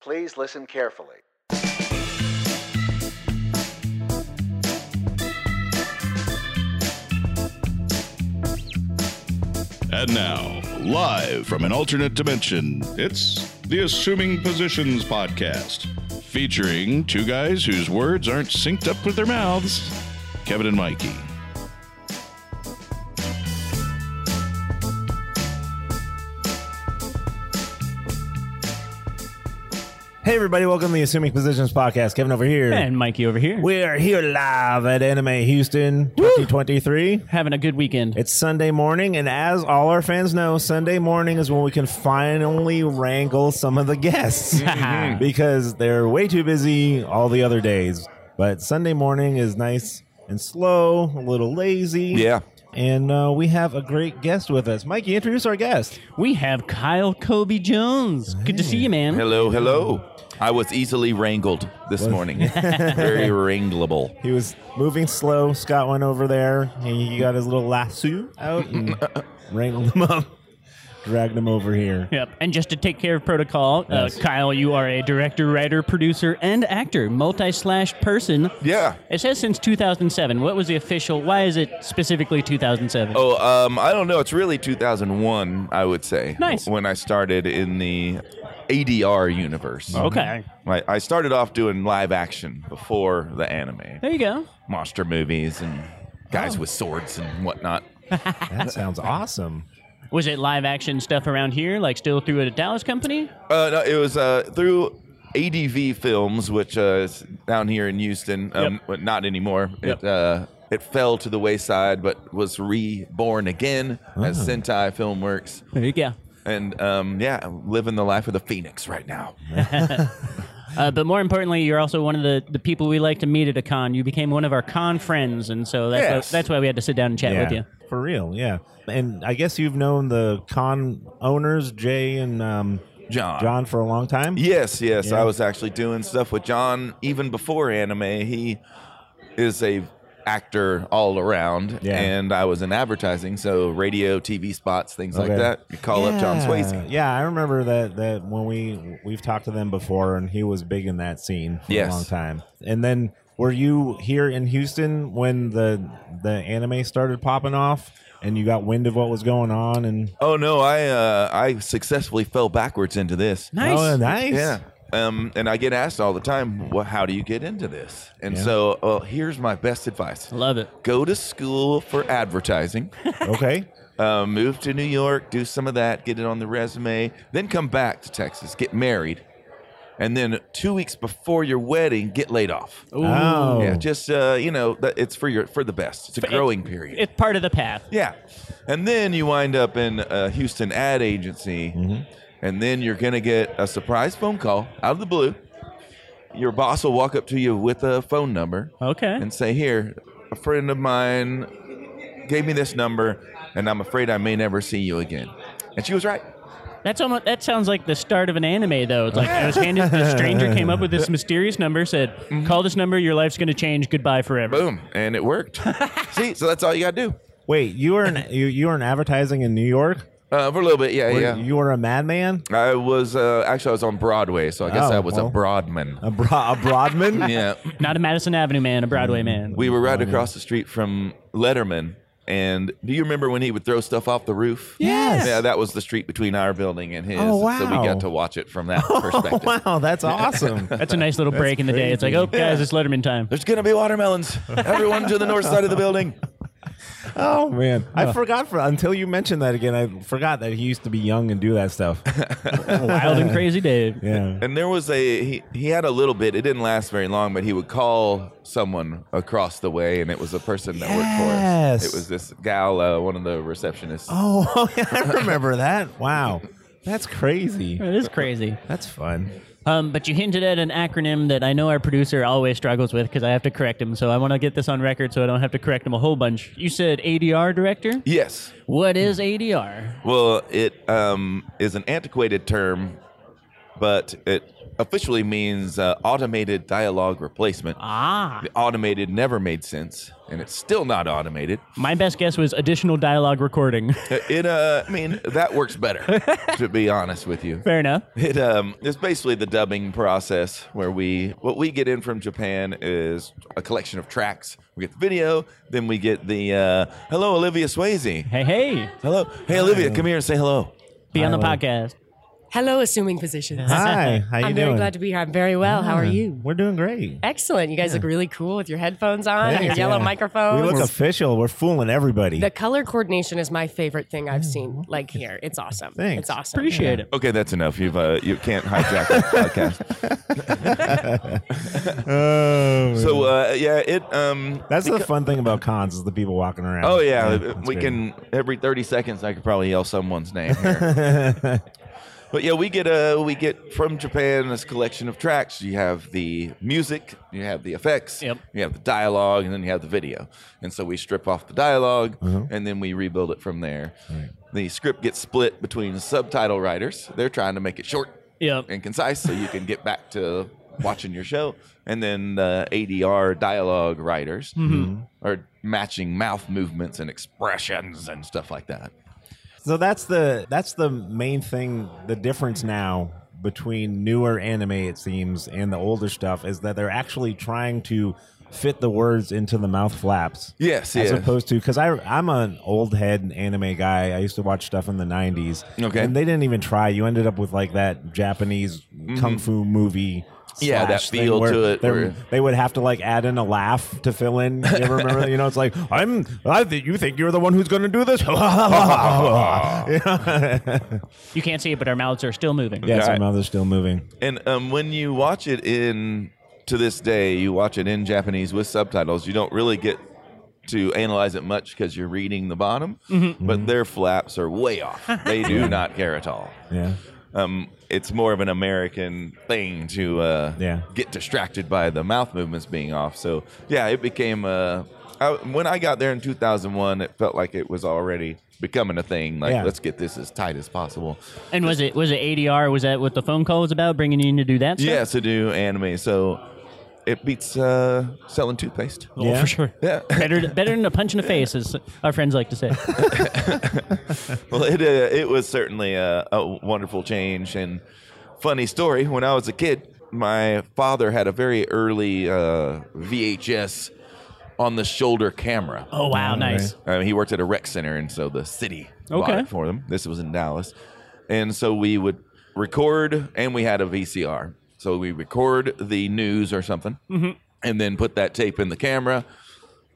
Please listen carefully. And now, live from an alternate dimension, it's the Assuming Positions podcast, featuring two guys whose words aren't synced up with their mouths Kevin and Mikey. Hey everybody, welcome to the Assuming Positions Podcast. Kevin over here. And Mikey over here. We are here live at Anime Houston 2023. having a good weekend. It's Sunday morning, and as all our fans know, Sunday morning is when we can finally wrangle some of the guests Mm-hmm. because they're way too busy all the other days. But Sunday morning is nice and slow, a little lazy. Yeah. And uh, we have a great guest with us. Mikey, introduce our guest. We have Kyle Kobe Jones. Good to see you, man. Hello, hello. I was easily wrangled this morning. Very wrangleable. He was moving slow. Scott went over there and he got his little lasso Oh. out and wrangled him up, dragged him over here. Yep. And just to take care of protocol, uh, Kyle, you are a director, writer, producer, and actor, multi slash person. Yeah. It says since 2007. What was the official? Why is it specifically 2007? Oh, um, I don't know. It's really 2001, I would say. Nice. When I started in the ADR universe. Oh. okay. I, I started off doing live action before the anime, There you go. monster movies, and guys with swords and whatnot. That sounds awesome. Was it live action stuff around here, like still through a Dallas company? Uh, no, it was uh, through ADV Films, which uh, is down here in Houston, um, Yep. but not anymore. Yep. It uh, it fell to the wayside, but was reborn again as Oh. Sentai Filmworks. There you go. And um, yeah, I'm living the life of the phoenix right now. Uh, but more importantly, you're also one of the, the people we like to meet at a con. You became one of our con friends, and so that's, Yes. why, that's why we had to sit down and chat Yeah. with you. For real, yeah. And I guess you've known the con owners, Jay and um, John. John, for a long time. Yes, yes, Yeah. I was actually doing stuff with John even before anime. He is a actor all around, Yeah. and I was in advertising, so radio, TV spots, things Okay. like that. You call up John Yeah. Swayze. Yeah, I remember that that when we we've talked to them before, and he was big in that scene for Yes. a long time. And then were you here in Houston when the the anime started popping off, and you got wind of what was going on? And Oh no, I uh, I successfully fell backwards into this. Nice. oh, nice, Yeah. Um, and I get asked all the time, well, how do you get into this? And Yeah. so well, here's my best advice. Love it. Go to school for advertising, okay, uh, move to New York, do some of that, get it on the resume, then come back to Texas, get married, and then two weeks before your wedding, get laid off. oh, Yeah, just uh, you know, that- it's for your for the best. It's a growing period. It's part of the path. Yeah. And then you wind up in a Houston ad agency, Mm-hmm. and then you're going to get a surprise phone call out of the blue. Your boss will walk up to you with a phone number Okay. and say, Here, a friend of mine gave me this number, and I'm afraid I may never see you again. And she was right. That's almost. That sounds like the start of an anime, though. It's like I was handed. The stranger came up with this mysterious number, said, "Call this number. Your life's going to change. Goodbye forever." Mm-hmm. Boom. And it worked. see, so that's all you got to do. wait, you were in you, you were in advertising in New York. Uh, for a little bit, yeah, Were- yeah. you were a madman, I was uh, actually I was on Broadway, so I guess Oh, I was well. a Broadman. a, bro- a broadman. yeah. Not a Madison Avenue man, a Broadway man. We were right across the street from Letterman. And do you remember when he would throw stuff off the roof? Yes. Yeah, that was the street between our building and his. Oh, So we wow. Oh, got to watch it from that perspective. Wow, that's awesome. That's a nice little break in the day. It's like, oh, guys, it's Letterman time. There's going to be watermelons. Everyone to the north side of the building. Oh man, I forgot for until you mentioned that again. I forgot that he used to be young and do that stuff. Wild and crazy Dave. Yeah. And there was a, he, he had a little bit, it didn't last very long, but he would call someone across the way, and it was a person that worked for us. Yes. It was this gal, uh, one of the receptionists. Oh, yeah, I remember that. Wow, that's crazy. It is crazy. That's fun. Um, but you hinted at an acronym that I know our producer always struggles with because I have to correct him. So I want to get this on record so I don't have to correct him a whole bunch. You said ADR director. Yes. What is ADR? Well, it um, is an antiquated term but it officially means uh, automated dialogue replacement. Ah. The automated never made sense, and it's still not automated. My best guess was additional dialogue recording. It, uh, I mean, that works better, to be honest with you. Fair enough. It um, it's basically the dubbing process where we what we get in from Japan is a collection of tracks. We get the video, then we get the uh, hello Olivia Swayze. Hey, hey. Hello, hey Olivia, come here and say hello. Be on the podcast. Hello, assuming positions. Hi, how you I'm doing? very glad to be here. I'm very well. How are you? We're doing great. Excellent. You guys look really cool with your headphones on, your yellow Yeah. microphones. We look official. We're fooling everybody. the color coordination is my favorite thing I've seen. Like here, it's awesome. Thanks. It's awesome. Appreciate it. Okay, that's enough. You've uh, you can't hijack this podcast. Oh, So uh, yeah, it um. that's the fun thing about cons is the people walking around. Oh yeah, that's we great. can every thirty seconds I could probably yell someone's name here. but yeah, we get uh we get from Japan this collection of tracks. You have the music, you have the effects, Yep. you have the dialogue, and then you have the video. And so we strip off the dialog and then we rebuild it from there. The script gets split between subtitle writers. They're trying to make it short Yep. and concise so you can get back to watching your show. And then the ADR dialogue writers are matching mouth movements and expressions and stuff like that. So that's the that's the main thing. The difference now between newer anime, it seems, and the older stuff is that they're actually trying to fit the words into the mouth flaps. Yes, as yes. opposed to because I I'm an old head anime guy. I used to watch stuff in the '90s. Okay. and they didn't even try. You ended up with like that Japanese Mm-hmm. kung fu movie. Yeah, that slash thing feel where to it, they're- where- They would have to like add in a laugh to fill in. You ever remember? that? You know, it's like I'm. I th- you think you're the one who's going to do this? You can't see it, but our mouths are still moving. Yeah, so Right. my mouth's still moving. And um, when you watch it in, to this day, you watch it in Japanese with subtitles, you don't really get to analyze it much because you're reading the bottom, but their flaps are way off. They do not care at all. Yeah. um, it's more of an American thing to uh, Yeah. get distracted by the mouth movements being off. So yeah, it became uh, I, when I got there in 2001, it felt like it was already becoming a thing. Like Yeah. let's get this as tight as possible. And was it was it ADR? Was that what the phone call was about? Bringing you in to do that? Stuff? Yeah, to do anime, so it beats uh, selling toothpaste. Oh, Yeah. for sure. Yeah. better better than a punch in the face, as our friends like to say. Well, it uh, it was certainly a, a wonderful change and funny story. When I was a kid, my father had a very early uh, VHS on the shoulder camera. Oh wow, nice. Uh, he worked at a rec center, and so the city bought Okay. it for them. This was in Dallas, and so we would record, and we had a VCR. So we record the news or something, and then put that tape in the camera,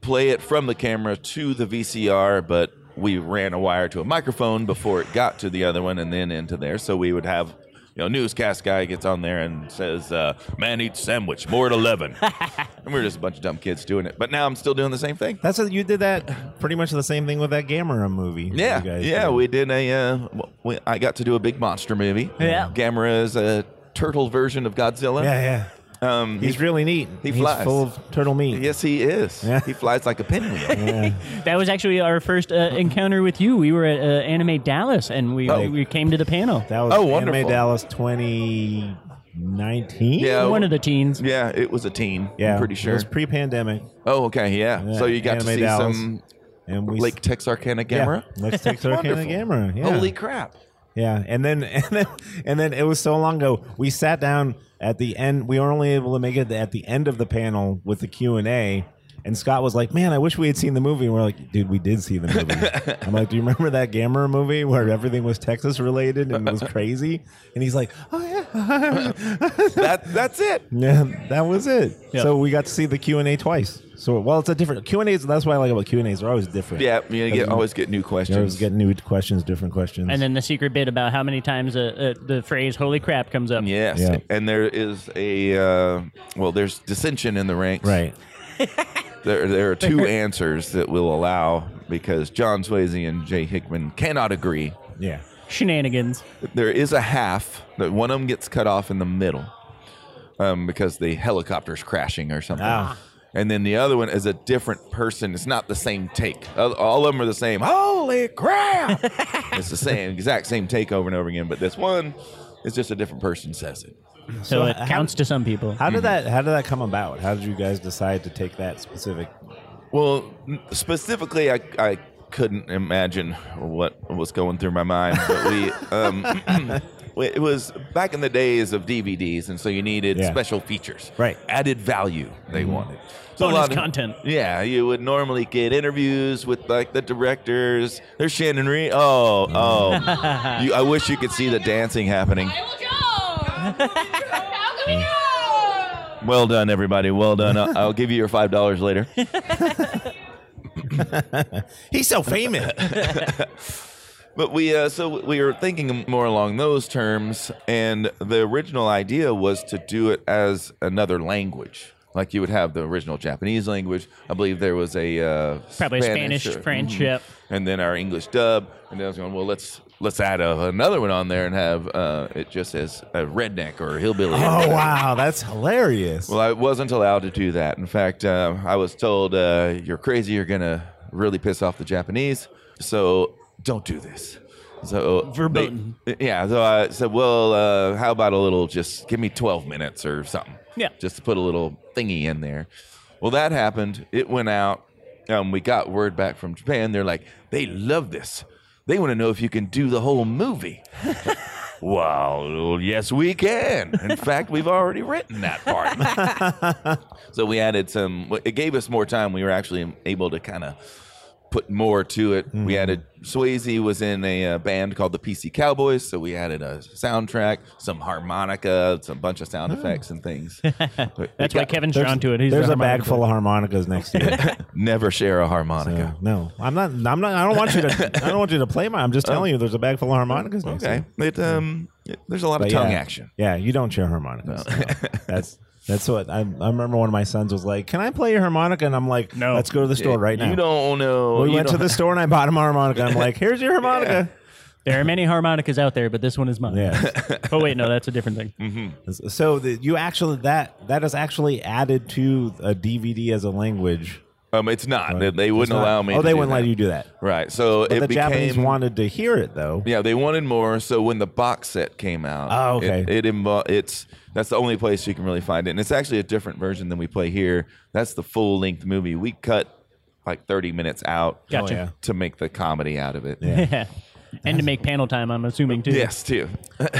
play it from the camera to the VCR, but we ran a wire to a microphone before it got to the other one, and then into there. So we would have. You know, newscast guy gets on there and says, uh, "Man eats sandwich, more at 11. and we were just a bunch of dumb kids doing it. But now I'm still doing the same thing. That's what you did that pretty much the same thing with that Gamera movie. that Yeah, you guys yeah, did. we did a. Uh, w- we, I got to do a big monster movie. Yeah. Gamera is a turtle version of Godzilla. yeah, yeah. Um, He's really neat. he He's flies. full of turtle meat. yes, he is. Yeah. He flies like a pinwheel. Yeah. That was actually our first uh, encounter with you. We were at uh, Anime Dallas, and we, Oh. we came to the panel. That was Oh, Anime wonderful. Dallas 2019. Yeah. One of the teens. Oh. yeah, it was a teen. yeah, I'm pretty It sure. was pre-pandemic, oh, okay, yeah. Yeah, So you got to Anime see Dallas. some and we Lake Texarkana yeah, Gamera. Let's take Turkana Wonderful. Gamera. Yeah. Holy crap! Yeah, and then and then and then it was so long ago. We sat down at the end. We were only able to make it at the end of the panel with the Q and A. And Scott was like, "Man, I wish we had seen the movie." And we're like, "Dude, we did see the movie." I'm like, "Do you remember that Gamera movie where everything was Texas related and it was crazy?" And he's like, "Oh yeah, That that's it. yeah, that was it." Yeah. So we got to see the Q and A twice. So well, it's a different Q and A's. That's why I like about Q and A's. They're always different. Yeah, you get always get new you always questions. get new questions, different questions. And then the secret bit about how many times uh, uh, the phrase "Holy crap" comes up. yes, Yeah. and there is a uh, well, there's dissension in the ranks. right. There, there are two answers that will allow because John Swayze and Jay Hickman cannot agree. Yeah. Shenanigans. There is a half that one of them gets cut off in the middle um, because the helicopter's crashing or something. Ah. And then the other one is a different person. It's not the same take. All- All of them are the same. Holy crap! it's the same exact same take over and over again. But this one It's just a different person says it. So, So it how- counts to some people. How did that? How did that come about? How did you guys decide to take that specific? Well, n- specifically, I, I couldn't imagine what was going through my mind. But we, um, it was back in the days of DVDs, and so you needed Yeah. special features, Right. Added value they wanted. So Bonus of- content. yeah, you would normally get interviews with like the directors. There's Shannon Ree. Oh, oh, you, I wish you could see the dancing happening. I will go. How can we go? Well done, everybody. Well done. I'll, I'll give you your five dollars later. He's so famous. But we uh, so we were thinking more along those terms, and the original idea was to do it as another language. Like you would have the original Japanese language. I believe there was a uh, Probably Spanish, or- French, Mhm. yep. and then our English dub. And then I was going, well, let's let's add a, another one on there and have uh, it just as a redneck or a hillbilly. oh wow, that's hilarious. Well, I wasn't allowed to do that. In fact, uh, I was told uh, you're crazy. You're gonna really piss off the Japanese. So don't do this. So they- Verboten. yeah. So I said, well, uh, how about a little? Just give me 12 minutes or something. Yeah. Just to put a little thingy in there. Well, that happened. It went out. Um, we got word back from Japan. They're like, they love this. They want to know if you can do the whole movie. Well, yes, we can. In fact, we've already written that part. so we added some, it gave us more time. We were actually able to kind of put more to it. Hmm. We added, Swayze was in a uh, band called the PC Cowboys. So we added a soundtrack, some harmonica, some bunch of Hmm. sound effects and things. That's why Kevin's drawn to it. He's There's the a bag harmonica full of harmonicas next to you. Never share a harmonica. no, I'm not. I'm not. I don't want you to. I don't want you to play my. I'm just telling you. There's a bag full of harmonicas next to you. Okay. It, um, it- there's a lot of Hmm. But tongue yeah. action. Yeah, you don't share harmonicas. No. that's that's what I, I remember. One of my sons was like, "Can I play your harmonica?" And I'm like, No. let's go to the store right now." You don't know. Well, we you went to don't- the store and I bought him a harmonica. I'm like, "Here's your harmonica." There are many harmonicas out there, but this one is mine. Yeah. Mm-hmm. oh wait, no, that's a different thing. So the, you actually that that is actually added to a DVD as a language. Um, it's not. They- They It's wouldn't not- allow me. Oh, to they do wouldn't that. let you do that. Right. So But it the became. Japanese wanted to hear it though. yeah, they wanted more. So when the box set came out, Oh, okay. it, it invo- it's that's the only place you can really find it, and it's actually a different version than we play here. That's the full length movie. We cut like thirty minutes out Gotcha. yeah. to make the comedy out of it. Oh, Yeah. And to make panel time, I'm assuming too. Yes, too.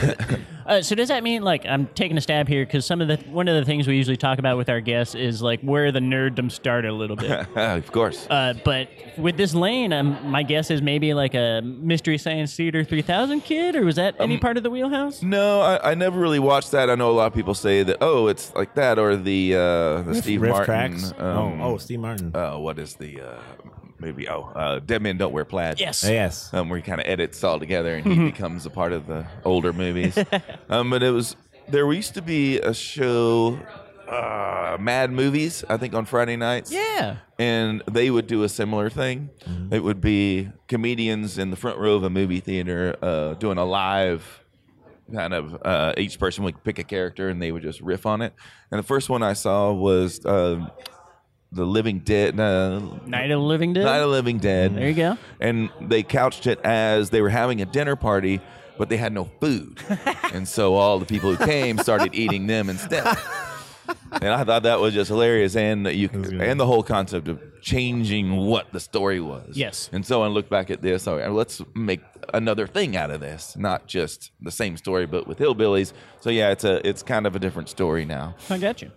Uh, so does that mean like I'm taking a stab here because some of the one of the things we usually talk about with our guests is like where the nerddom started a little bit. of course. uh, but with this lane, um, my guess is maybe like a Mystery Science Theater 3000 kid, or was that any Um, part of the wheelhouse? No, I, I never really watched that. I know a lot of people say that. Oh, it's like that, or the uh, the Steve Riff Martin. tracks. um, oh, oh, Steve Martin. uh, what is the uh, maybe? Oh, uh, Dead Men Don't Wear Plaid. Yes. yes. um, where he kind of edits all together and Mm-hmm. he becomes a part of the older movies. um, but it was there used to be a show, uh, Mad Movies, I think on Friday nights. Yeah. Mm-hmm. And they would do a similar thing. It would be comedians in the front row of a movie theater uh, doing a live kind of uh, each person would pick a character and they would just riff on it. And the first one I saw was um the Living Dead, uh, Night of the Living Dead. Night of the Living Dead there you go. and they couched it as they were having a dinner party but they had no food and so all the people who came started eating them instead and i thought that was just hilarious and you and the whole concept of changing what the story was Yes. and so i looked back at this all right, let's make another thing out of this not just the same story but with hillbillies so yeah it's a it's kind of a different story now I got you.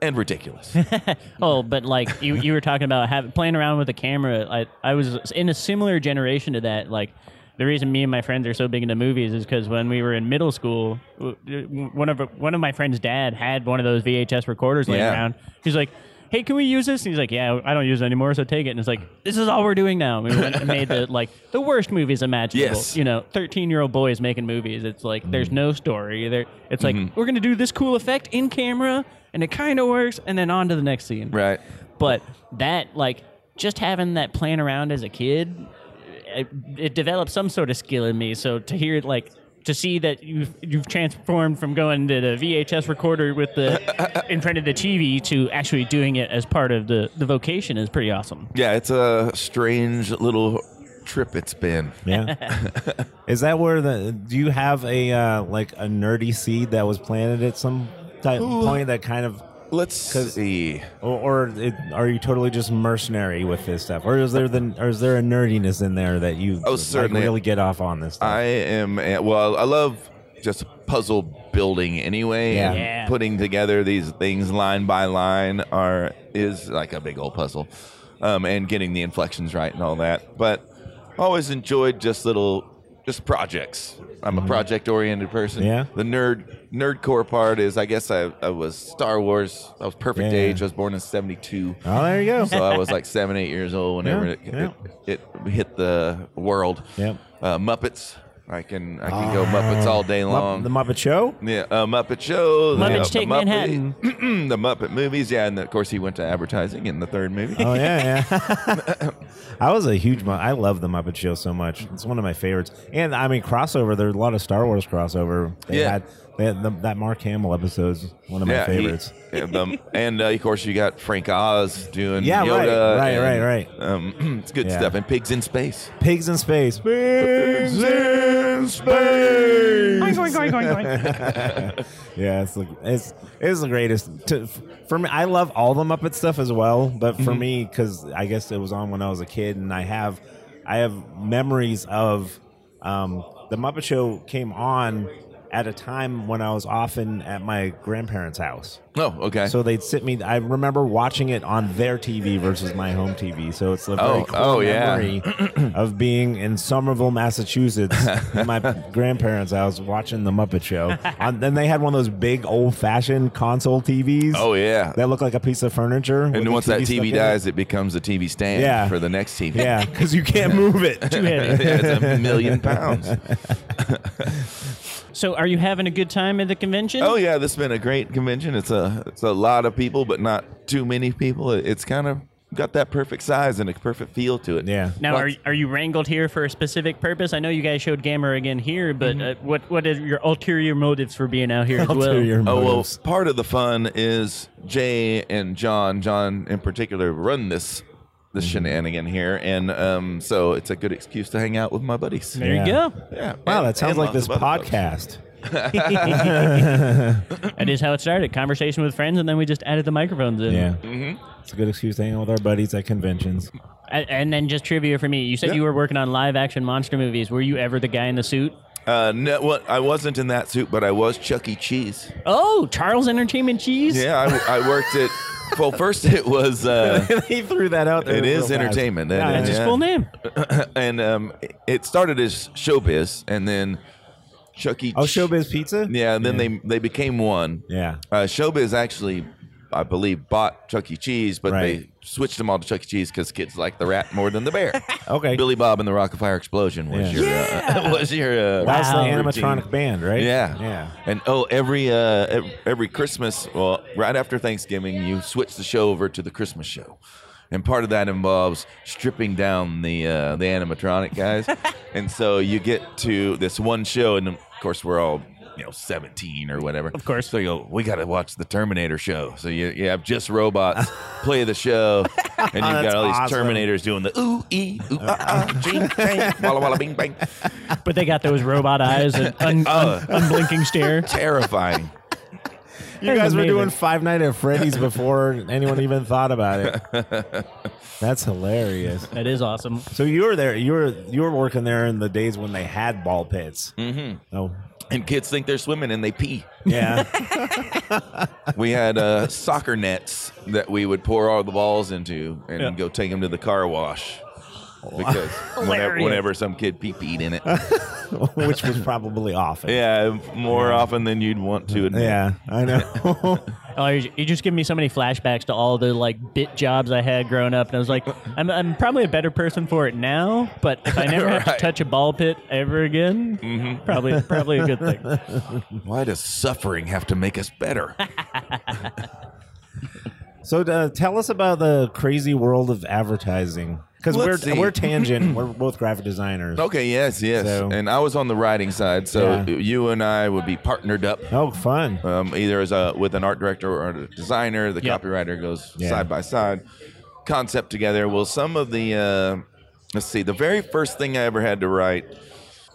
and ridiculous Oh, but like you, you were talking about having, playing around with a camera. I, I was in a similar generation to that. Like the reason me and my friends are so big into movies is because when we were in middle school, w- w- one of one of my friend's dad had one of those VHS recorders laying Yeah. around. He's like, "Hey, can we use this?" And he's like, "Yeah, I don't use it anymore, so take it." And it's like, "This is all we're doing now." And we went and made the like the worst movies imaginable. Yes. You know, thirteen year old boys making movies. It's like Mm-hmm. there's no story. There, it's like we're gonna do this cool effect in camera. And it kind of works, and then on to the next scene right but that like just having that plan around as a kid it, it developed some sort of skill in me so to hear it like to see that you've you've transformed from going to the VHS recorder with the in front of the TV to actually doing it as part of the the vocation is pretty awesome. Yeah, it's a strange little trip it's been. Yeah. Is that where the do you have a uh, like a nerdy seed that was planted at some type point that kind of Let's see. or, or it, are you totally just mercenary with this stuff? Or is there the or is there a nerdiness in there that you Oh, like, certainly. really get off on this stuff? I am a- well. I love just puzzle building anyway. Yeah. and Yeah. Putting together these things line by line are is like a big old puzzle, um, and getting the inflections right and all that. But I always enjoyed just little just projects. I'm a project oriented person. Mm-hmm. Yeah. The nerd nerd core part is I guess I, I was Star Wars. I was perfect Yeah. age. I was born in '72. oh, there you go. So I was like seven, eight years old whenever Yeah, it, It, it hit the world. Yep. Uh, Muppets. I can I can go Muppets all day Mu- long. Ah. the Muppet Show. yeah, uh, Muppet Show. the- Muppets the Take Muppet- Manhattan. the Muppet movies. Yeah, and of course he went to advertising in the third movie. Oh yeah, yeah. I was a huge. Mu- I love the Muppet Show so much. It's one of my favorites. And I mean, crossover. There's a lot of Star Wars crossover. They Yeah. had, they had the, that Mark Hamill episode's one of my yeah, he- favorites. yeah, the- and uh, of course you got Frank Oz doing Yeah, right, Yoda. right, and, right, Um, it's good Yeah. stuff. And Pigs in Space. Pigs in space. Pigs in Space. Yeah, it's the it's it's the greatest. To, for me, I love all the Muppet stuff as well. But for me, because I guess it was on when I was a kid, and I have I have memories of um, the Muppet Show came on at a time when I was often at my grandparents' house. Oh, okay. So they'd sit me. I remember watching it on their TV versus my home TV. So it's a very Oh, cool oh, yeah. memory of being in Somerville, Massachusetts, at my grandparents' house, watching the Muppet Show. And then they had one of those big old-fashioned console TVs. oh yeah. that looked like a piece of furniture. with And the once that stuck TV in it. dies, it becomes a TV stand Yeah. for the next TV. yeah, because you can't move it. Yeah, it's a million pounds. So, are you having a good time at the convention? Oh yeah, this has been a great convention. It's a it's a lot of people, but not too many people. It- It's kind of got that perfect size and a perfect feel to it. Yeah. Now, Well- are, are you wrangled here for a specific purpose? I know you guys showed Gamma again here, but uh, what what are your ulterior motives for being out here as well? Mm-hmm. Ulterior Oh well, motives. part of the fun is Jay and John, John in particular, run this this shenanigan here, and um, so it's a good excuse to hang out with my buddies. There you Yeah. go. Yeah. Wow, and- that sounds and like lots this of other folks. podcast. That is how it started. Conversation with friends, and then we just added the microphones in. Yeah, Mm-hmm. it's a good excuse to hang out with our buddies at conventions. And, and then just trivia for me. You said you were working on live action monster movies. Were you ever the guy in the suit? Uh, no, well, I wasn't in that suit, but I was Chuck E. Cheese. Oh, Charles Entertainment Cheese. Yeah, I, I worked at. Well, first it was. Uh, he threw that out there. it real is fast. entertainment. That That's is, his yeah. full name. And um, it started as Showbiz, and then Chuck E. Oh, Ch- Showbiz Pizza? Yeah, and then they they became one. Yeah. Uh, Showbiz actually, I believe, bought Chuck E. Cheese, but Right. they switched them all to Chuck E. Cheese because kids like the rat more than the bear. Okay. Billy Bob and the Rock of Fire Explosion was Yeah. your Uh, was your uh, That was the Wow. animatronic routine. band, right? Yeah, Yeah. And oh, every uh, ev- every Christmas, well, right after Thanksgiving, you switch the show over to the Christmas show, and part of that involves stripping down the uh, the animatronic guys, and so you get to this one show, and of course we're all you know seventeen or whatever. Of course. So you go, we got to watch the Terminator show. So you, you have just robots play the show, and you've got Oh, That's all these awesome. Terminators doing the ooh ee ooh ah ah jing jang walla walla bing bang. Uh, But they got those robot eyes and un, Oh. un, unblinking stare. Terrifying. You guys were Amazing. doing Five Nights at Freddy's before anyone even thought about it. That's hilarious. That is awesome. So you were there. You were you were working there in the days when they had ball pits. Mm-hmm. Oh, And kids think they're swimming and they pee. yeah. We had uh, soccer nets that we would pour all the balls into and Yeah. go take them to the car wash because whenever, Hilarious. whenever some kid pee peed in it. Which was probably often. yeah, more often than you'd want to admit. Yeah, I know. Oh, you you just give me so many flashbacks to all the like bit jobs I had growing up, and I was like, I'm, I'm probably a better person for it now. But if I never have Right. Mm-hmm. to touch a ball pit ever again, probably probably a good thing. Why does suffering have to make us better? so uh, tell us about the crazy world of advertising because we're Let's see. we're tangent. we're both graphic designers. okay, yes, yes. So- and I was on the writing side, so Yeah. you and I would be partnered up. Oh, fun. um, either as a with an art director or a designer. The Yep. copywriter goes Yeah. side by side, concept together. Well, some of the uh, Let's see. The very first thing I ever had to write,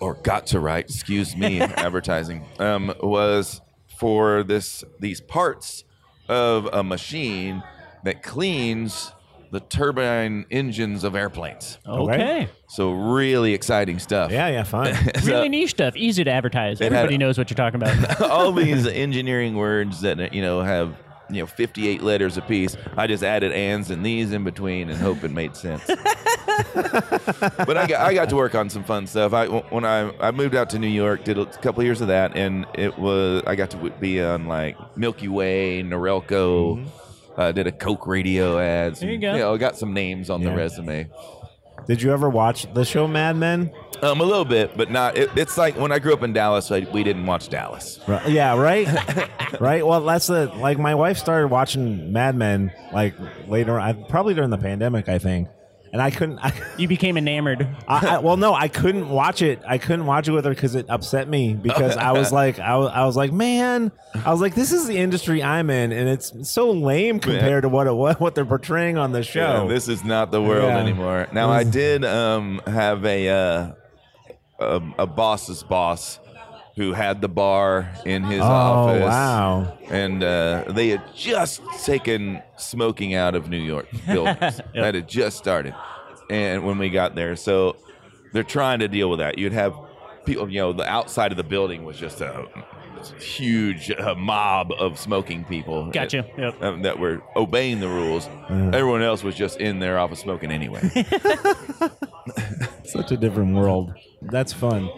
or got to write, excuse me, advertising, um, was for this these parts of a machine that cleans the turbine engines of airplanes. Okay. Okay. So really exciting stuff. Yeah, yeah, fine. Really niche stuff. Easy to advertise. had- Everybody knows what you're talking about. all these engineering words that you know have you know 58 letters apiece. I just added ands and these in between and hope it made sense. but I got, I got to work on some fun stuff. I when I, I moved out to New York, did a couple years of that, and it was I got to w- be on like Milky Way, Norelco. Uh, did a Coke radio ads. Mm-hmm. There you go. know, I got some names on Yeah. the resume. Did you ever watch the show Mad Men? Um, a little bit, but not. It, it's like when I grew up in Dallas, I, we didn't watch Dallas. Right. Yeah, right? right? Well, that's the like my wife started watching Mad Men like later I probably during the pandemic, I think. And I couldn't I, you became enamored. I, I well no, I couldn't watch it. I couldn't watch it with her cuz it upset me because I was like I was, I was like, "Man, I was like this is the industry I'm in and it's so lame compared to what it, what, what they're portraying on the show." Yeah, this is not the world Yeah. anymore. Now I did um, have a, uh, a a boss's boss who had the bar in his oh, office. wow. And uh, they had just taken smoking out of New York buildings. That had just started, and when we got there, so they're trying to deal with that. You'd have people, you know, the outside of the building was just a huge uh, mob of smoking people. Gotcha. Yep. um, that were obeying the rules. Everyone else was just in their office smoking anyway. Such a different world. That's fun.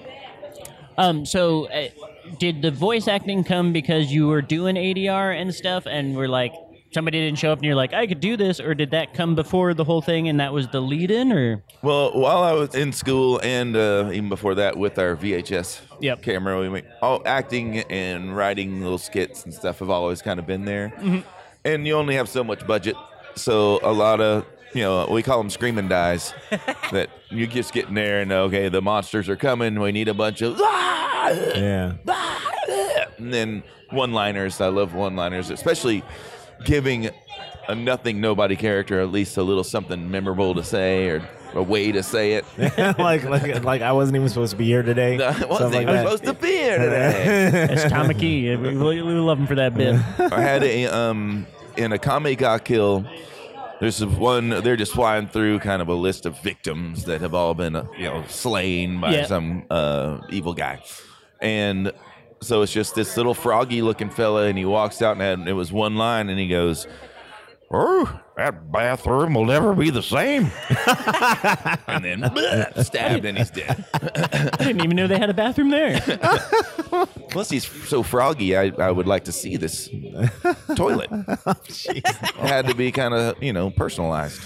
Um, so, uh, did the voice acting come because you were doing ADR and stuff, and were like somebody didn't show up, and you're like, I could do this, or did that come before the whole thing, and that was the lead-in, or well, while I was in school and uh, even before that with our VHS Yep. camera, we make, all acting and writing little skits and stuff have always kind of been there. And you only have so much budget, so a lot of you know we call them screaming dies that you just get in there and okay the monsters are coming. We need a bunch of. "Ah!" Yeah. and then one liners. I love one liners, especially giving a nothing nobody character at least a little something memorable to say or a way to say it. like, like, like I wasn't even supposed to be here today. I wasn't Something like even that. supposed to be here today. that's Tom McKee. We, we, we love him for that bit. I had a um in a Kame Ga Kill. There's this one. They're just flying through kind of a list of victims that have all been uh, you know slain by Yeah. some uh, evil guy, and so it's just this little froggy looking fella, and he walks out and had, it was one line, and he goes. Oh, that bathroom will never be the same. and then bleh, stabbed and he's dead. I didn't even know they had a bathroom there. Plus, he's so froggy. I, I would like to see this toilet. it had to be kind of you know personalized.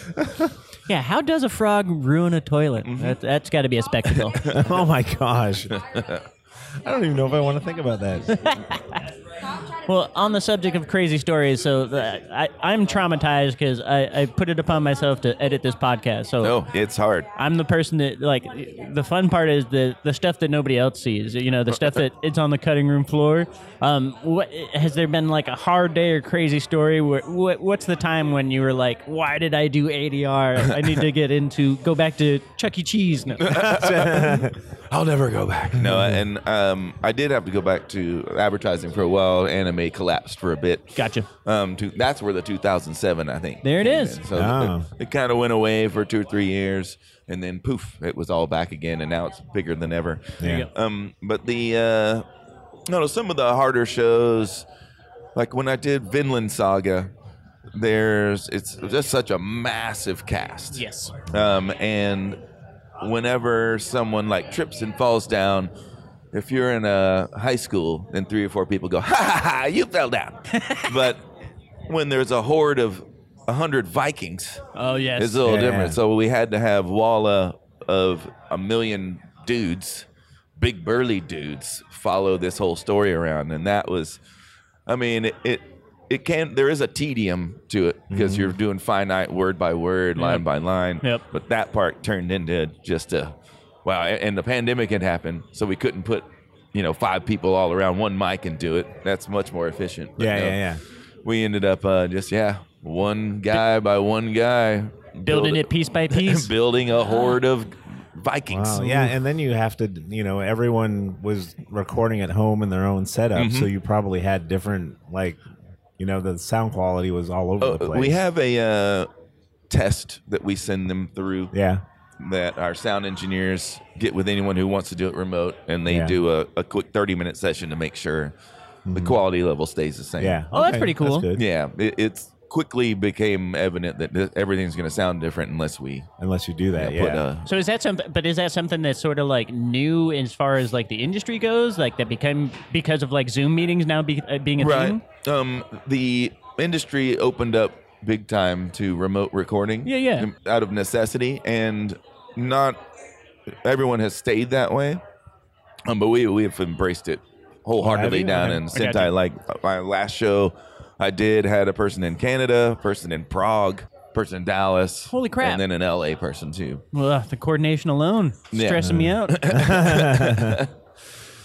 Yeah, how does a frog ruin a toilet? That, that's got to be a spectacle. Oh my gosh. I don't even know if I want to think about that. Well, on the subject of crazy stories, so uh, I, I'm traumatized because I, I put it upon myself to edit this podcast. So No, it's hard. I'm the person that like the fun part is the the stuff that nobody else sees. You know, the stuff that it's on the cutting room floor. Um, what has there been like a hard day or crazy story? Where, what what's the time when you were like, why did I do ADR? I need to get into go back to Chuck E. Cheese. No. I'll never go back. No, and um, I did have to go back to advertising for a while. Anime collapsed for a bit. Gotcha. Um, to, that's where the 2007, I think. There it came is. in. So Ah. it, it kind of went away for two or three years, and then poof, it was all back again, and now it's bigger than ever. Yeah. Um, but the uh, no, no, some of the harder shows, like when I did Vinland Saga, there's it's just such a massive cast. Yes. Um, and whenever someone like trips and falls down, if you're in a high school, then three or four people go, "Ha ha ha! You fell down." but when there's a horde of a hundred Vikings, Oh yes. it's a little Yeah. different. So we had to have Walla of a million dudes, big burly dudes, follow this whole story around, and that was, I mean, it. it it can. There is a tedium to it because Mm-hmm. you're doing finite word by word, line by line. Yep. But that part turned into just a wow. a- And the pandemic had happened, so we couldn't put, you know, five people all around one mic and do it. That's much more efficient. But Yeah, no yeah, yeah. we ended up uh, just yeah one guy by one guy building it piece by piece. building a horde of Vikings. Wow, yeah, and then you have to, you know, everyone was recording at home in their own setup, Mm-hmm. so you probably had different, like, you know, the sound quality was all over Oh, the place. we have a uh, test that we send them through yeah, that our sound engineers get with anyone who wants to do it remote, and they Yeah. Mm-hmm. do a, a quick 30 minute session to make sure the quality level stays the same. yeah. Oh, that's pretty cool. good. Yeah. It, it's quickly became evident that th- everything's going to sound different unless we Unless you do that, uh, yeah. put a. So is that something? But is that something that's sort of like new as far as like the industry goes? Like that became because of like Zoom meetings now be, uh, being a thing. Um, the industry opened up big time to remote recording. Yeah, yeah. um, Out of necessity, and not everyone has stayed that way. Um, but we we have embraced it wholeheartedly Have you? down Okay. in I got Sentai. you. Like my last show, I did had a person in Canada, person in Prague, person in Dallas. Holy crap. And then an LA person too. Well, uh, the coordination alone Yeah. stressing me out. Yeah,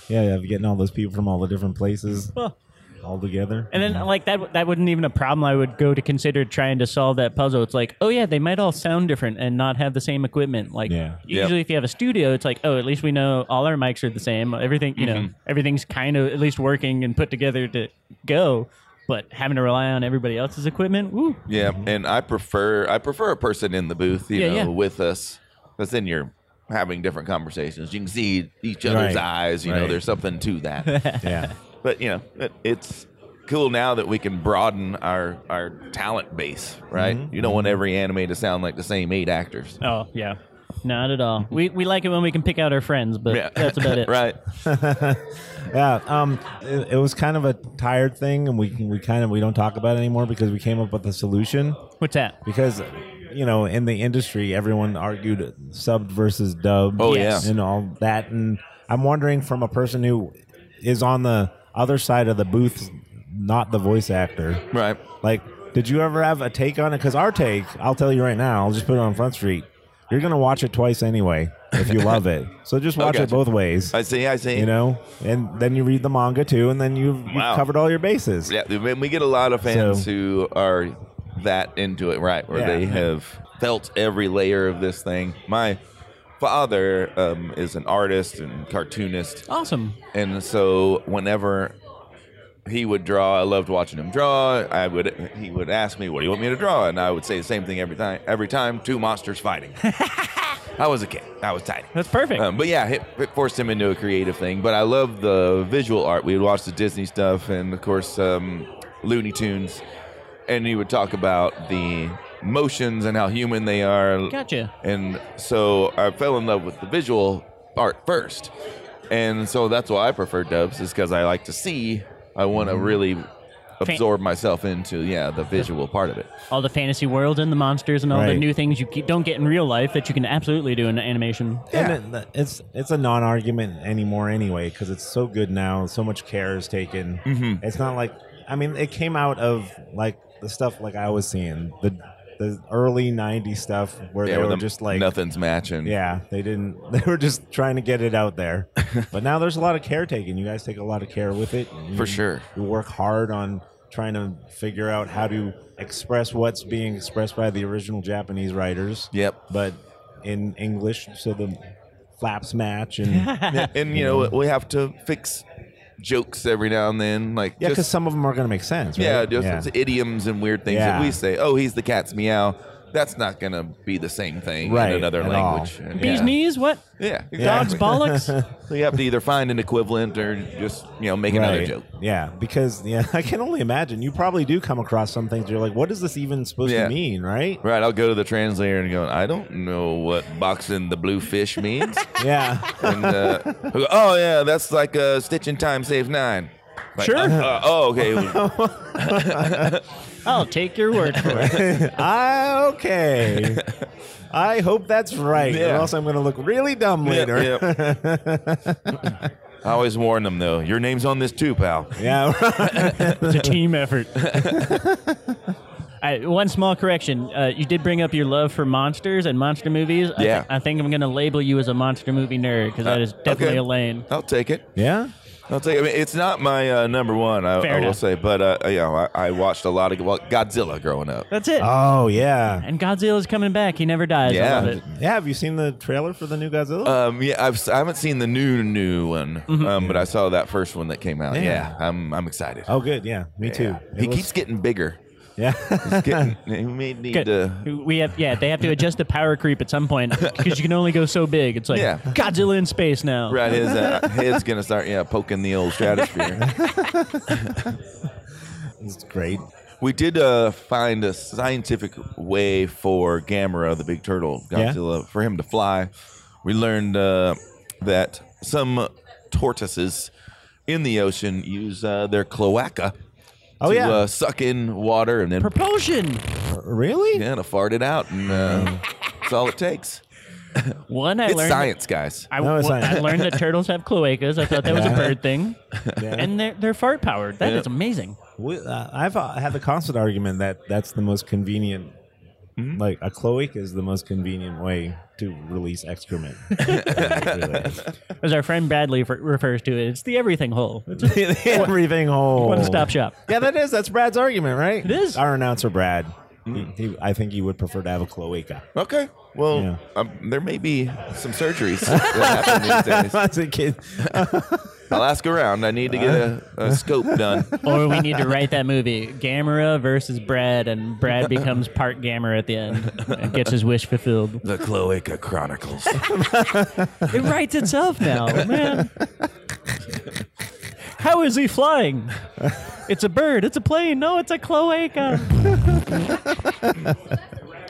yeah, getting all those people from all the different places Well, all together. and then like that that wouldn't even a problem I would go to consider trying to solve that puzzle. It's like, oh yeah, they might all sound different and not have the same equipment. Like Yeah. Yep. usually if you have a studio, it's like, oh, at least we know all our mics are the same. Everything, you Mm-hmm. know, everything's kind of at least working and put together to go. But having to rely on everybody else's equipment, woo. Yeah, Mm-hmm. and I prefer I prefer a person in the booth, you Yeah, know, yeah. with us. Because then you're having different conversations. You can see each other's Right, eyes. You know, right. there's something to that. yeah. but you know, it, it's cool now that we can broaden our our talent base. Right? Mm-hmm. You don't want every anime to sound like the same eight actors. Oh yeah, not at all. We we like it when we can pick out our friends, but Yeah, that's about it. right. Yeah, um, it, it was kind of a tired thing, and we we kind of we don't talk about it anymore because we came up with a solution. What's that? Because you know, in the industry, everyone argued subbed versus dubbed. Oh, Yes. yeah. and all that. And I'm wondering from a person who is on the other side of the booth, not the voice actor. Right. Like, did you ever have a take on it? Because our take, I'll tell you right now, I'll just put it on Front Street. You're gonna watch it twice anyway if you love it. So just watch gotcha. it both ways I see. I see. you know and then you read the manga too and then you've, you've Wow. covered all your bases Yeah, I mean, we get a lot of fans So- who are that into it, right? Where Yeah. they have felt every layer of this thing. My father um, is an artist and cartoonist, Awesome. and so whenever he would draw, I loved watching him draw. I would he would ask me, "What do you want me to draw?" And I would say the same thing every time. Every time, two monsters fighting. I was a kid. I was tiny. That's perfect. Um, but yeah, it, it forced him into a creative thing. But I love the visual art. We would watch the Disney stuff and, of course, um, Looney Tunes. And he would talk about the motions and how human they are. Gotcha. And so I fell in love with the visual art first. And so that's why I prefer dubs, is because I like to see. I want Mm-hmm. to really absorb myself into, yeah, the visual part of it. all the fantasy worlds and the monsters and all the Right. new things you ke- don't get in real life that you can absolutely do in animation. and it, it's it's a non-argument anymore anyway because it's so good now so much care is taken it's not like i mean it came out of like the stuff like i was seeing the the early 90s stuff where they with were the- just like nothing's matching. yeah they didn't they were just trying to get it out there but now there's a lot of caretaking you guys take a lot of care with it and For you- sure. you work hard on trying to figure out how to express what's being expressed by the original Japanese writers. Yep. But in English, so the flaps match and yeah, and you know we have to fix jokes every now and then like just- because some of them are going to make sense. Right? yeah just idioms and weird things that Yeah. we say oh he's the cat's meow that's not gonna be the same thing Right, in another at language all. And Bees yeah. knees? What? yeah Dogs exactly. bollocks? so you have to either find an equivalent or just you know make another Right. joke Yeah, because yeah, I can only imagine you probably do come across some things. You're like, what is this even supposed Yeah. to mean, right? right i'll go to the translator and go i don't know what boxing the blue fish means Yeah, and uh, I go, oh yeah that's like uh, stitching time save nine Like, Sure. uh, oh okay I'll take your word for it. I Ah, okay. I hope that's right, or Yeah. else I'm going to look really dumb Yep, later. yep. I always warn them though. Your name's on this too, pal. yeah. It's a team effort. I, one small correction. Uh, you did bring up your love for monsters and monster movies. I thi- Yeah. I think I'm going to label you as a monster movie nerd because that is Uh, definitely okay. a lane. I'll take it. yeah. I'll tell you, I mean, it's not my uh, number one. I, Fair I will enough. say, but uh, you know, I, I watched a lot of well, Godzilla growing up. That's it. Oh yeah, and Godzilla's coming back. He never dies. I Yeah. love it. yeah. Have you seen the trailer for the new Godzilla? Um, yeah, I've, s- I haven't seen the new new one, um, but I saw that first one that came out. Mm-hmm. Yeah. Yeah, I'm I'm excited. oh, good. Yeah, me too. Yeah. It He was- keeps getting bigger. yeah. He's getting, he may need Good. to. We have yeah. They have to adjust the power creep at some point because you can only go so big. It's like Yeah. Godzilla in space now. Right, his uh, head's gonna start yeah poking the old stratosphere. it's great. we did uh, find a scientific way for Gamera, the big turtle Yeah. Godzilla, for him to fly. We learned uh, that some tortoises in the ocean use uh, their cloaca Oh to yeah. uh, suck in water and then Propulsion. really? Yeah, to fart it out, and uh, that's all it takes. One I It's learned. science, guys. I, No, it's well, science. I learned that turtles have cloacas. I thought that was a bird thing, and they're they're fart powered. That is amazing. We, uh, I've uh, had the constant argument that that's the most convenient. Mm-hmm. Like a cloaca is the most convenient way to release excrement. Really. As our friend Bradley f- refers to it, it's the everything hole. It's a Everything whole. one stop shop. Yeah, that is. That's Brad's argument, right? It is. Our announcer, Brad. Mm-hmm. He, he- I think he would prefer to have a cloaca. Okay. Well, Yeah. um, there may be some surgeries that happen these days. That's a kid. I'll ask around. I need to get a, a scope done. Or we need to write that movie, Gamera versus Brad, and Brad becomes part Gamera at the end and gets his wish fulfilled. The Cloaca Chronicles. It writes itself now, man. How is he flying? It's a bird. It's a plane. No, it's a cloaca.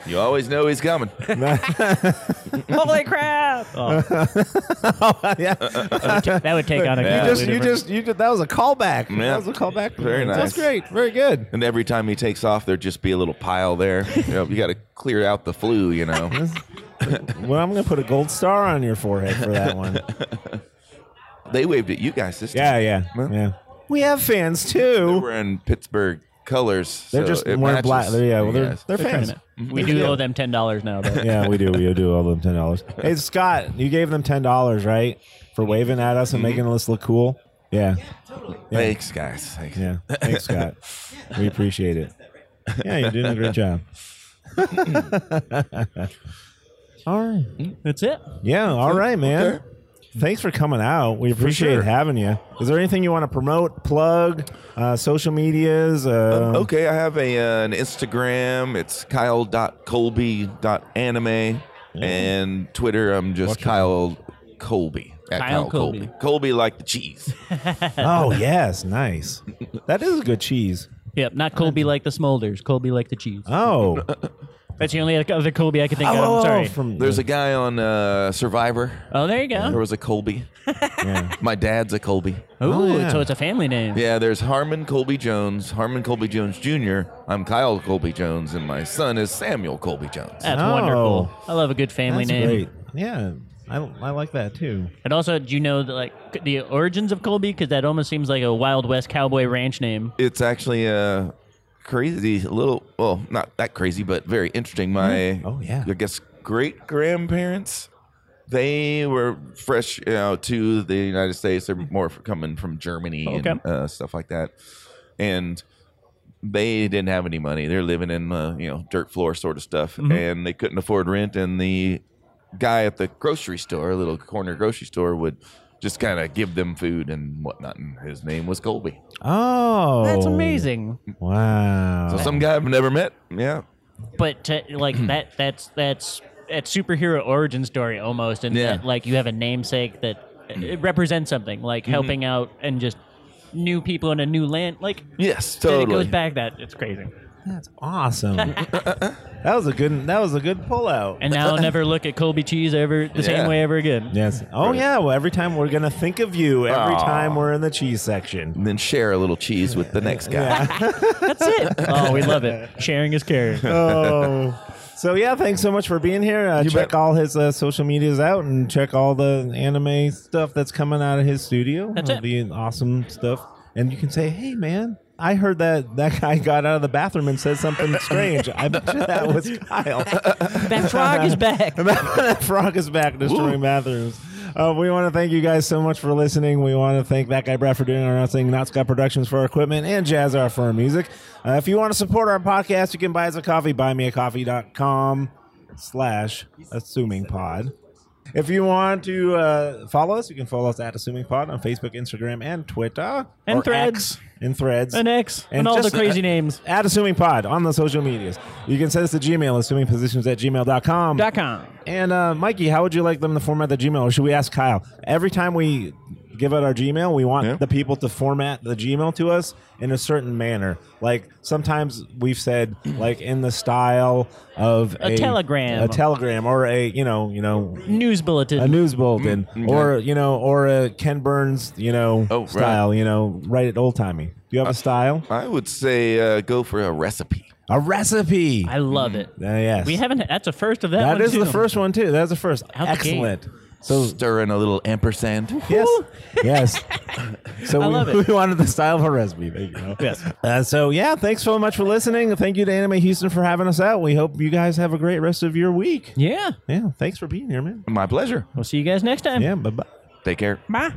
you always know he's coming. Holy crap! Oh, yeah. Uh, that would take on a Yeah. You just, you completely different- just, you just, that was a callback. Yeah. That was a callback. Very That's nice. great. Very good. And every time he takes off, there'd just be a little pile there. You, know, you got to clear out the flu, you know. Well, I'm going to put a gold star on your forehead for that one. They waved at you guys this Yeah, yeah, time. yeah. We have fans too. They were in Pittsburgh colors. They're so just it wearing matches black. They're, yeah, you well, they're, guys. they're fans. We do owe them ten dollars now. Though. Yeah, we do. We do owe them ten dollars. Hey, Scott, you gave them ten dollars, right, for waving at us and Mm-hmm. making us look cool? Yeah, Thanks, guys. Thanks. yeah. Thanks, Scott. We appreciate it. Yeah, you're doing a great job. all right. That's it. Yeah. All right, man. Thanks for coming out. We appreciate sure. having you. Is there anything you want to promote, plug, uh, social medias? Uh, Oh. Okay, I have a uh, an Instagram. It's kyle.colby.anime. And Twitter, I'm just Kyle Colby. At Kyle Kyle, Colby. Colby. Colby. like the cheese. Oh yes, nice. That is a good cheese. Yep. Not Colby like the Smolders. Colby like the cheese. Oh, That's the only other Colby I could think of. oh I'm sorry. From There's a guy on uh, Survivor. oh, there you There go. was a Colby. yeah. My dad's a Colby. Ooh, Oh, yeah. so it's a family name. Yeah, there's Harmon Colby Jones, Harmon Colby Jones Jr. I'm Kyle Colby Jones, and my son is Samuel Colby Jones. That's Oh. wonderful. I love a good family That's name. great. Yeah, I, I like that too. And also, do you know the, like the origins of Colby? Because that almost seems like a Wild West cowboy ranch name. it's actually a crazy little well not that crazy but very interesting my Oh, yeah. i guess great grandparents they were fresh you know, to the united states they're more f- coming from germany and Okay. uh, stuff like that and they didn't have any money they're living in uh, you know dirt floor sort of stuff Mm-hmm. and they couldn't afford rent and the guy at the grocery store a little corner grocery store would just kind of give them food and whatnot and his name was colby Oh, That's amazing. Wow. so some guy I've never met. Yeah. But to, like that, that's that's that's superhero origin story almost, and Yeah. that, like you have a namesake that it represents something, Mm-hmm. like helping out and just new people in a new land. Like Yes, that totally. it goes back that it's crazy. That's awesome. that was a good. That was a good pullout. And now I'll never look at Colby cheese ever the same Yeah. way ever again. yes. Oh yeah. Well, every time we're gonna think of you. Every Aw. time we're in the cheese section. And then share a little cheese with the next guy. That's it. Oh, we love it. Sharing is caring. Oh. So yeah, thanks so much for being here. Uh, check bet. all his uh, social medias out and check all the anime stuff that's coming out of his studio. That's All it. The awesome stuff, and you can say, "Hey, man." I heard that that guy got out of the bathroom and said something strange. I bet you that was Kyle. That frog is back. that frog is back destroying bathrooms. Uh, we want to thank you guys so much for listening. We want to thank that guy Brad for doing our announcing, Not Scott Productions for our equipment, and Jazzar for our music. Uh, if you want to support our podcast, you can buy us a coffee. Buymeacoffee.com slash assuming pod. If you want to uh, follow us, you can follow us at Assuming Pod on Facebook, Instagram, and Twitter. And Or Threads. X. And Threads. and X and, And all the just- crazy names. at Assuming Pod on the social medias. You can send us to Gmail, assumingpositions at gmail.com. Dot com. And uh, Mikey, how would you like them to format the Gmail, or should we ask Kyle? Every time we give out our Gmail, we want Yeah. the people to format the Gmail to us in a certain manner. Like sometimes we've said, like in the style of A telegram. a telegram, or a you know, you know, News bulletin. a news bulletin, or you know, or a Ken Burns, you know, Mm, Oh, right. Uh, style, you know, right at old timey. Do you have a style? I would say uh, go for a recipe. A recipe. I love it. Uh, yes, We haven't. That's a first of that. That one is too. the first one too. That's the first. Out the gate. Excellent. So Stir in a little ampersand. Yes. yes. So I we, love it. we wanted the style of a recipe. There you go. Yes. Uh, so yeah, thanks so much for listening. Thank you to Anime Houston for having us out. We hope you guys have a great rest of your week. Yeah. Yeah. Thanks for being here, man. My pleasure. We'll see you guys next time. Yeah. Bye bye. Take care. Bye.